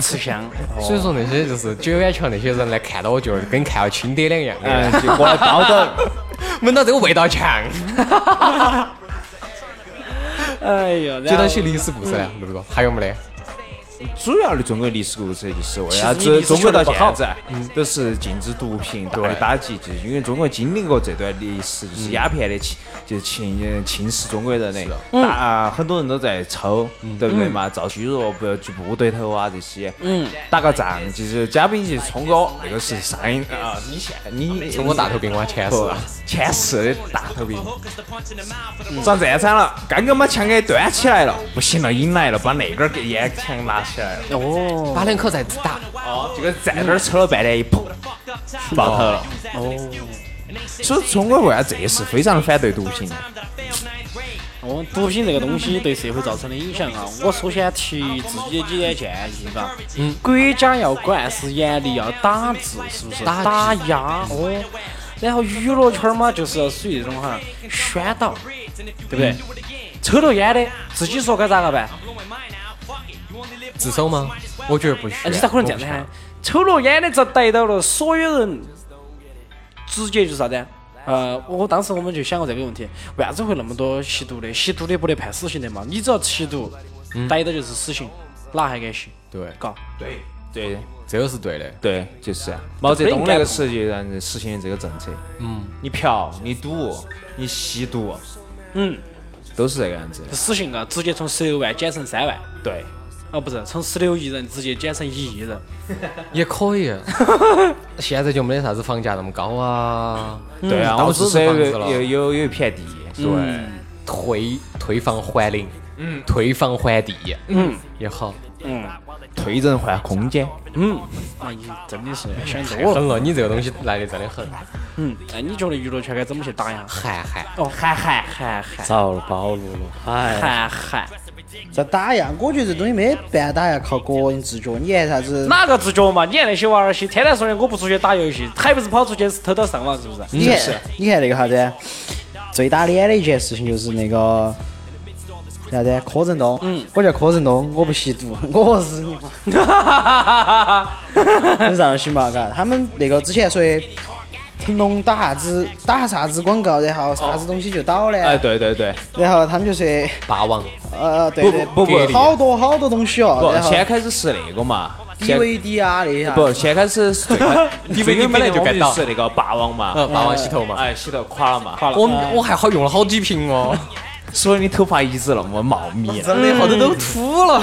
D: 吃香。
C: 所以说那些就是九眼桥那些人来看到我，就跟看到亲爹两样的，
E: 嗯，就过来叨叨。
C: 闻到这个味道强，
D: (laughs) 哎呀，
C: 觉
D: 觉
C: 得些历史故事呢，录不录？还有没得？
E: 主要的中国历史故事就是为啥子啊中国到现在都是禁止毒品大力打击，就是因为中国经历过这段历史，就是鸦片的侵，就是侵呃侵蚀中国人的，大啊嗯很多人都在抽，对不对嘛？造虚弱，不要去部队头啊这些，嗯，打个仗就是嘉宾去冲哥，那个是上一啊，你现你
C: 我大头兵，我前世
E: 不前世的大头兵，长这样子了，刚刚把枪给端起来了，不行了，引来了，把那根儿给烟枪拿起来了。
C: 把两口再打，
E: 这个站那儿抽了半天，一砰，爆头了。哦。所以中国为啥这是非常反对毒品的？
D: 哦，毒品这个东西对社会造成的影响啊，我首先提自己的几点建议，嘎。嗯。国家要管是严厉，要打制，是不是？
C: 打制
D: 打压哦。然后娱乐圈嘛，就是要属于这种哈宣导，对不对？抽了烟的自己说该咋个办？
C: 自首吗？我觉得不需
D: 啊，
C: 要。
D: 你咋可能这样子呢？抽了烟的遭逮到了，所有人直接就是啥子？呃，我当时我们就想过这个问题，为啥子会那么多吸毒的？吸毒的不得判死刑的嘛？你只要吸毒，
H: 嗯
D: 逮到就是死刑，哪还敢吸？
C: 对，
D: 嘎，
E: 对
C: 这个是对的。
E: 对，就是啊毛泽东那个时候就让人实行这个政策。嗯，你嫖，你赌，你吸毒，
D: 嗯，
E: 都是这个样子的。
D: 死刑啊，直接从十六万减成三万，
E: 对，
D: 啊，不是，从十六亿人直接减成一亿人。
C: 也可以。啊现在就没得啥子房价那么高啊，
E: 对啊，
C: 到
E: 我
C: 处
E: 至
C: 是
E: 少有
C: 房子
E: 个有
C: 了，
E: 有有一片地。对，
C: 退退房还零，嗯，退房还地，嗯，也好。
E: 退人换空间。
D: 哎呀，真的是想多了。
C: 狠哎了，你这个东西来的真的很。
D: 嗯，哎，你觉得娱乐圈该怎么去打压？
C: 韩寒，
D: 哦，喊喊喊喊
H: 遭了暴露了，哎，
D: 喊喊，
F: 在打压，我觉得这东西没办法打压，靠个人自觉。你还啥子？
D: 哪个自觉嘛？你看那些娃儿些，天天说的我不出去打游戏，还不是跑出去偷偷上网，是不是？ (laughs)
F: 你看，你看那个啥子？最打脸的一件事情就是那个啥子？柯震东，嗯，我叫柯震东，我不吸毒， (laughs) 我日你妈！很上心嘛，嘎。他们那个之前说的成龙打啥子打啥子广告，然后啥子东西就倒了，
E: 哎，对对对，
F: 然后他们就说，
C: 霸王，
F: 呃，对对，
E: 不不不
F: 好多好多东西哦，
E: 不，
F: 然后
E: 先开始是那个嘛。先
F: DVD 啊那些啊，
E: 不，先开始是最开 (laughs)
C: DVD 本来就该
E: 最
C: 到
E: 是那个霸王嘛，
C: 呃，霸王洗头嘛。
E: 哎，洗头垮了嘛，
C: 我我还好用了好几瓶哦，
E: 所以你头发一直那么茂密。
F: 真的好多都秃了。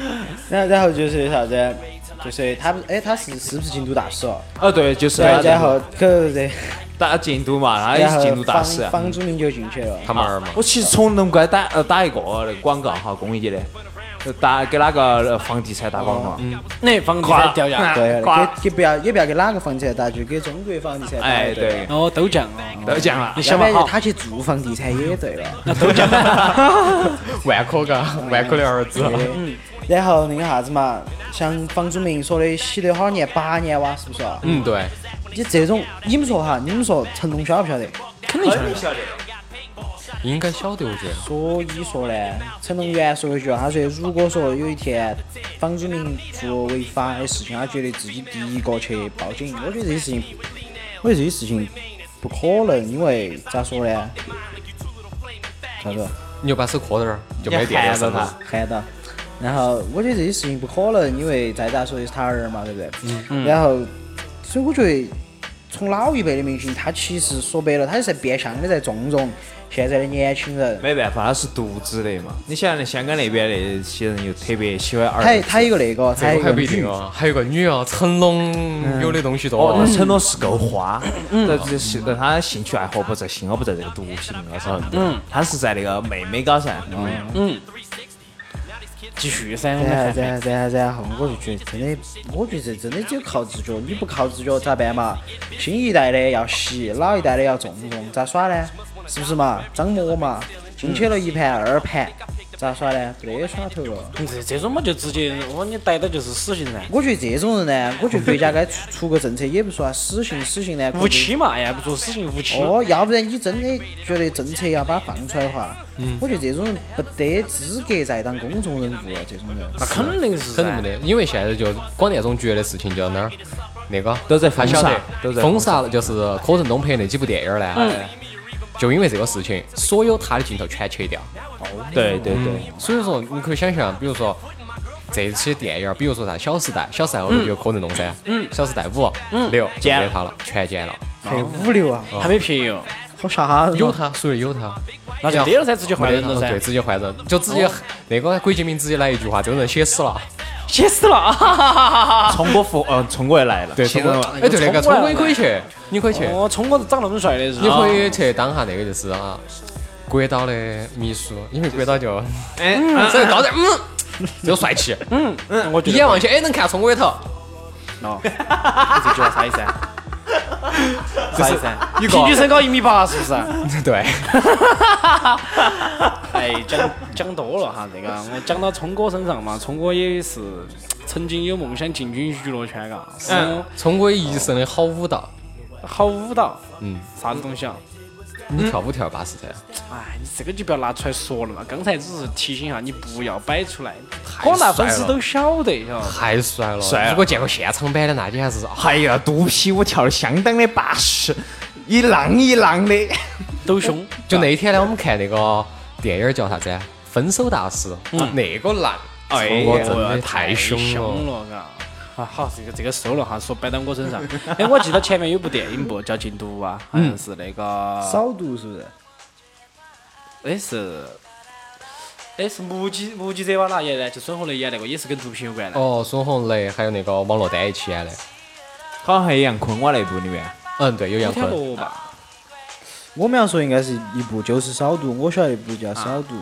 F: 嗯 (laughs) 然后然后就是啥子？就是他不哎，他是是不是京都大使哦？
E: 哦，对，就是
F: 然后然
E: 啊
F: 后对对对，
E: 打进都嘛，他也
F: 然
E: 是
F: 后
E: 进都大啊嗯使
F: 房。房祖名就进去了。
C: 他们儿嘛。
E: 我其实从龙关打呃打一个那个广告哈，公益的，呃打给哪个呃房地产打广
F: 哦
E: 告？
D: 那房地产
E: (laughs)
D: 掉价，
F: 对，
E: 挂
F: 给给不要也不要给哪个房地产打，就给中国房地产打。
E: 哎，对，
D: 哦，都降了，
E: 都讲了
C: (laughs)
D: 你，
F: 要
D: 想嘛
F: 不然就
D: 好，
F: 他去做房地产也对了。
C: 万科嘎，万科的儿子，
F: 然后那个啥子嘛，像房祖名说的，洗了好多年，八年哇，是不是啊？
C: 嗯，对，
F: 你这种，你们说哈，你们说成龙晓不晓得？
D: 肯定降。
C: 应该晓得我觉得。
F: 所以说呢，成龙原来说一句话，他说如果说有一天房祖名做违法的事情，他觉得自己第一个去报警。我觉得这些事情，我觉得这些事情不可能，因为咋说呢？啥子？
C: 你就把手磕点儿，就没电了，是不是？
F: 啊喊到。然后我觉得这些事情不可能，因为再咋说也是他儿嘛，对不对？
C: 嗯
F: 然后，所以我觉得从老一辈的明星，他其实说白了，他是在变相的在纵容现在的年轻
E: (laughs)
F: 人。
E: 没办法，他是独资的嘛。你想香港那边那些人又特别喜欢儿
F: 他他有一个那个，他
C: 这个
F: 有一个
C: 还不一
F: 女
C: 定哦，还有个女哦，成龙有的东西多
E: 哦，
F: 嗯
C: 哦。
E: 成龙是够花，但这是但他兴趣爱好不在性，我不在这啊个毒品高上，嗯，他是在那个妹妹高噻，嗯，
D: 继续噻，我们
I: 然
E: (laughs)
D: 看
I: 后，然后，然后，然后，我就觉得真的，我觉得这真的只有靠自觉。你不靠自觉咋办嘛？新一代的要洗，老一代的要种种，咋耍呢？是不是嘛？张膜嘛，进去了一盘二盘，咋耍呢？没得耍头了。
D: 你这这种嘛就直接，我你逮到就是死刑噻，
I: 我觉得这种人呢，我觉得国家该出出个政策，也不说啊死刑，死刑呢，
D: 无期嘛，哎要不做死刑无期。
I: 哦，要不然你真的觉得政策要把它放出来的话，
E: 嗯
I: 我觉得这种人不得资格再当公众人
F: 啊
I: 物了。这种
C: 啊
I: 人，
D: 那肯定是噻
C: 肯定没得，因为现在就广电总局的事情就那儿，那个
E: 都在
C: 他
E: 封
C: 晓
E: 杀
C: 得，
E: 都在
C: 封
E: 封
C: 杀了，就是柯震东拍那几部电影儿呢，就因为这个事情，所有他的镜头全切掉。
E: 对对对，
I: 嗯
C: 所以说，你可以想象，比如说这些电影儿，比如说啥《小时代》，《小时代》后头就有柯震东噻，《小时代五》六就
E: 剪
C: 没他了，全剪了，
I: 还有五六啊，
D: 还没平
C: 哎
D: 哟，
I: 好
E: 啊
I: 吓人
C: 有
I: 哦。
C: 他，属于有他。
D: 那就得了噻，直接换人了
C: 没得他
D: 噻
C: 对，，直接换人，就直接那个鬼杰明直接来一句话，这个人写死了。
D: 写死了啊！ (laughs) 哈哈哈哈哈
E: 冲过复，嗯，冲过来了。
C: 对，
E: 其
C: 冲
E: 实
C: 过哎，对，那
D: 冲过
C: 个聪
D: 来
C: 哥你可以去，你可以去，
D: 哦，聪哥长那么帅的是哦
C: 你
D: 吧？
C: 可以去当下那个就是啊，国岛的秘书，因为国岛就哎，
E: 啊
C: 这高点，嗯，就帅气，
E: (laughs)
C: 嗯嗯，我一眼望去，哎，能看冲我一头，
D: 这句话啥意 (laughs) 思啊？啥意思啊？
C: 一
D: 平均
C: 个
D: 身高一米八是不是啊？
C: 对，
D: (laughs) 哎，讲讲多了哈，这个我讲到聪哥身上嘛，聪哥也是曾经有梦想进军娱乐圈嘎，是
C: 冲哥一身的好舞蹈，
D: 好舞蹈，
C: 嗯，
D: 啥子东西啊？
C: 你跳舞跳巴适噻，
E: 嗯
D: 哎，你这个就不要拿出来说了嘛，刚才只是提醒一下你不要摆出来，广大粉丝都晓得，晓得吧？
C: 太帅了，
E: 帅啊
C: 如果见过现场版的，那简直是啊
E: 哎呀，肚皮舞跳的相当的巴适，一浪一浪的。
D: 抖胸，
C: 就那天呢，我们看那个电影叫啥子啊？分手大师，那个男，
E: 嗯哎
C: 冲
E: 呀
C: 哥真的
D: 太
C: 太凶了。
D: 了，嘎。啊，好，这个这个收了哈，说摆到我身上。 (laughs) 哎，我记得前面有部电影不叫《禁毒》啊，好像是那个，
I: 少读是不是？
D: 哎是，哎是目击目击者哇那演的，就孙红雷演那个，也是跟毒品有关的。
C: 哦，孙红雷还有那个王珞丹一起演的。
E: 好像还有杨坤哇那部里面，
C: 嗯，对，有杨
D: 古天
C: 坤。
D: 乐吧？
I: 我们要说应该是一部就是少读，我晓得一部叫少读。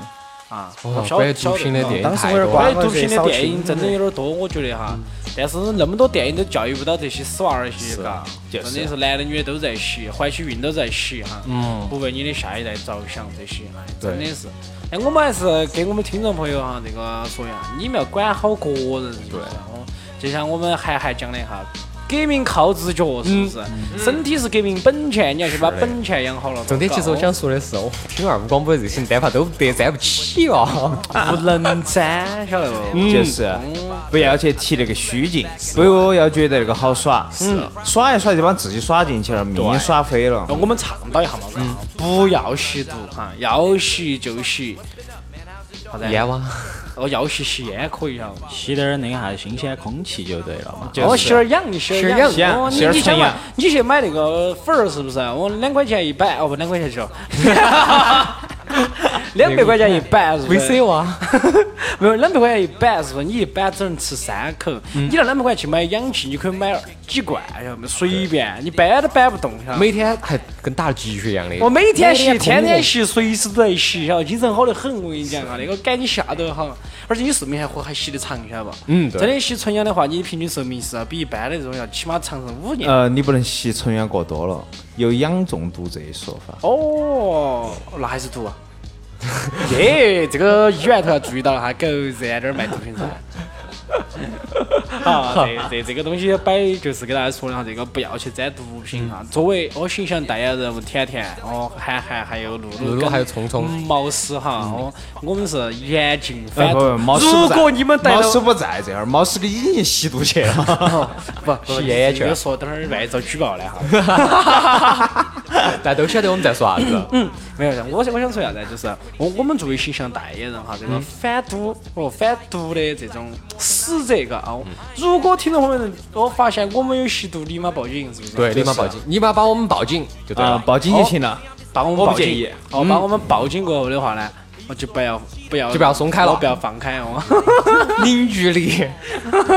D: 啊，
C: 哦
D: 我，晓
C: 关于
D: 得
C: 毒品的
D: 晓得
C: 电影
I: 当时
C: 太
I: 我有点
C: 多
I: 挂
C: 了。
D: 关于毒品的电影真的有点多，我觉得
C: 嗯
D: 哈。但是那么多电影都教育不到这些死娃儿些，
C: 啊
D: 嘎，真的是男的女的都在洗，环球运都在洗哈，
C: 嗯
D: 不为你的下一代着想这些，哎，真的是。哎，我们还是给我们听众朋友哈，这个说一下，你们要管好个人，是不是？哦，就像我们韩寒讲的哈。革命靠自觉，是不是？
C: 嗯
D: 身体是革命本钱，你要去把本钱养好了。哦
C: 重点其实我想说的是，我听二五广播的这些单发都得沾不起哦。 (laughs)
D: 不能沾，晓得不？
E: 就是嗯不要去提那个虚劲，不要觉得那个好耍，
D: 嗯
E: 耍一耍就把自己耍进去了，命耍飞了
D: 那。我们倡导一下嘛，嘎
C: 嗯
D: 不要吸毒哈，要吸就吸，啥子？
C: 烟哇，
D: 哦，要吸吸烟可以啊哈，
F: 吸点儿那个啥新鲜空气就对了嘛。
D: 哦，吸点儿氧，吸点儿
E: 吸点儿
D: 氧，
E: 氧
D: 哦，
E: 吸
D: 你
E: 点儿
D: 你想
E: 纯
D: 嘛
E: 氧，
D: 你去买那个粉儿是不是？我两块钱一板，哦不，两块钱就，两百块钱一板是不
C: 为
D: 是
C: 啥？哇？
D: (laughs) 没有，两百块钱一板是不是？你一板只能吃三口，你拿两百块钱去买氧气，你可以买几罐，晓得不？随便，你搬都搬不动，晓得不
C: 每天还跟打了鸡血一样的。
D: 我每天
C: 每
D: 洗，
C: 天
D: 天
C: 空
D: 天
C: 腹
D: 洗，随时都在洗，晓得，精神好得很。我跟你讲啊，那个赶紧下头哈，而且你寿命还活还洗得长，晓得不？
C: 嗯对
D: 真的洗纯氧的话，你的平均寿命是要啊比一般的这种要起码长上五年。
E: 呃，你不能吸纯氧过多了，有氧中毒这一说法。
D: 哦，那还是毒啊！ (laughs) 耶，这个医院头要注意到了哈，狗日在这儿卖毒品噻。好，这这这个东西摆就是给大家说的哈，这个不要去沾毒品哈。作为我形象代言人甜甜，哦，韩寒还有露
C: 露
D: 露
C: 露
D: 跟
C: 还有聪聪
D: 毛师哈，哦，我们是严禁反
E: 哎不
D: 毒
E: 不，。猫屎
D: 如
E: 不在
D: 果你们逮
E: 猫屎
D: 到
E: 不在这儿，猫屎已经吸毒去 (laughs) 了。
D: 不不
C: 吸烟去
D: 这个说等会儿万一遭举报了哈。
C: 大家都晓得我们在说啥子。
D: 没有，我想我想说啥子，就是我我们作为形象代言人哈，这个反毒哦反毒的这种使者嘎哦，如果听众朋友们我发现我们有吸毒，立马报警，是不是？
C: 对，立马报警，立马把我们报警就对
E: 啊，
C: 了。
E: 报警就行了。
D: 帮我们
E: 我不
D: 报警
E: 介意
D: 哦，把我们报警过后的话呢，我就不要不要
C: 就不要松开了
D: 我不要放开哦。
C: 零距离。
D: (laughs)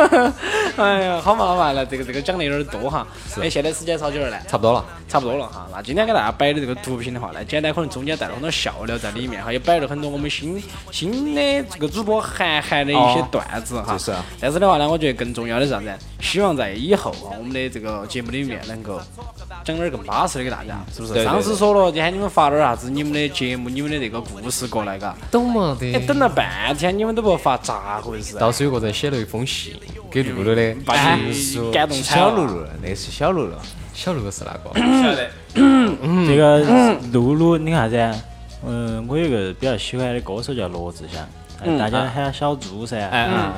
D: 哎呀，好麻烦了，这个这个讲的有点多哈。哎，现在时间超久了呢？
C: 差不多了。
D: 差不多了哈。那今天给大家摆的这个毒品的话呢，简单可能中间带了很多笑料在里面哈，也摆了很多我们新新的这个主播韩寒的一些段子哈。
E: 是啊
D: 但是的话呢，我觉得更重要的是啥子？希望在以后啊，我们的这个节目里面能够讲点儿更巴适的给大家，是不是？
E: 对对
D: 上次说了，喊你们发点儿啥子你们的节目、你们的这个故事过来，嘎。
C: 懂嘛
D: 哎，
C: 的。
D: 等了半天你们都不发，咋回事？
C: 到时候有个人写了一封信给露露的，
D: 把你感动
E: 嗯
D: 惨
E: 小露
D: 了。
E: 露，那是小露露，
C: 小露是哪个？
A: 晓得。
E: 嗯
F: 这个露露，你看噻，嗯，我有一个比较喜欢的歌手叫罗志祥，哎大家
E: 啊
F: 喊他小猪噻。
E: 嗯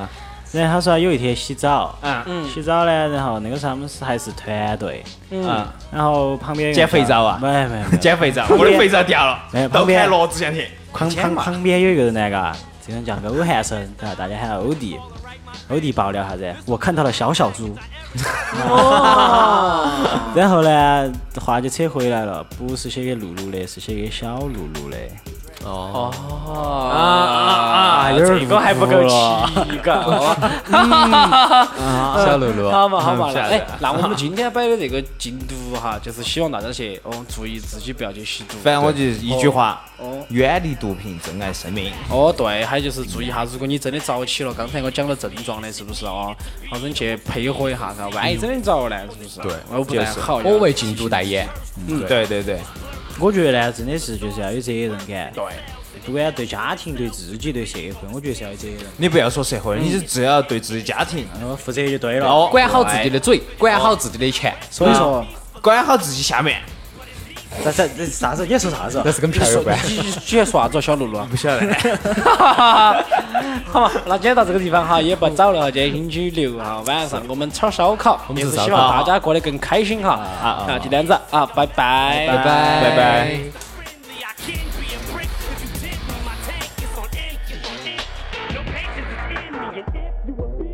F: 然后他说他有一天洗澡，
E: 嗯嗯
F: 洗澡呢，然后那个时候他们是还是团队，
E: 嗯，
F: 然后旁边有一个
E: 捡肥皂啊
F: 没没
E: (laughs)
F: 没，
E: 捡肥皂，我的肥皂掉
F: 哎
E: 了，
F: 旁
E: 都
F: 边
E: 看罗志祥去，
F: 旁旁旁边有一个人来嘎，这个人叫欧汉生，然后大家喊欧弟，欧弟爆料啥子？我看到了小小猪。 (laughs) 然后呢，话就扯回来了，不是写给露露的，是写给小露露的。
D: 啊啊！这个还不够七 (laughs) 个。
C: 小露露，
D: 好嘛好嘛，
E: 嗯
D: 那
E: 是的
D: 哎，那我们今天摆的这个禁毒哈，就是希望大家去哦注意自己不要去吸毒。
E: 反正我就一句话
D: 哦，
E: 远离毒品，珍爱生命。
D: 哦，对，还有就是注意一下，如果你真的着起了，刚才我讲了症状的，是不是哦？好生去配合一下，噻，万一哎真的着了呢，是不啊是？对，我不太好。
C: 我为禁毒代言。
E: 嗯，对对对，
F: 我觉得呢，真的是就是要有责任感，
D: 对，
F: 不管对家庭、对自己、对社会，我觉得是要有责任，
E: 你不要说社会，你就只要对自己家庭，
F: 然后负责就对了。
E: 哦
C: 管好自己的嘴，管好自己的钱，
F: 所以说，
E: 对管好自己下面。
F: 啥啥这啥子？你在说啥子
C: 那？是跟票有关。
D: 你你你在说啥子哦，小露露？
E: 不晓得，
D: (laughs) 好嘛，那今天到这个地方哈，也不早了哈，今天星期六哈，晚上我们炒烧烤，
C: 我们
D: 也
C: 吃
D: 是
C: 烧
D: 希望
C: 烤
D: 大家过得更开心哈。啊啊！就这样子啊，拜拜
C: 拜拜
E: 拜拜。
J: friendly. I can be a brick if you did, but my tank is on ink, it's on ink. No patience is in me, and if you were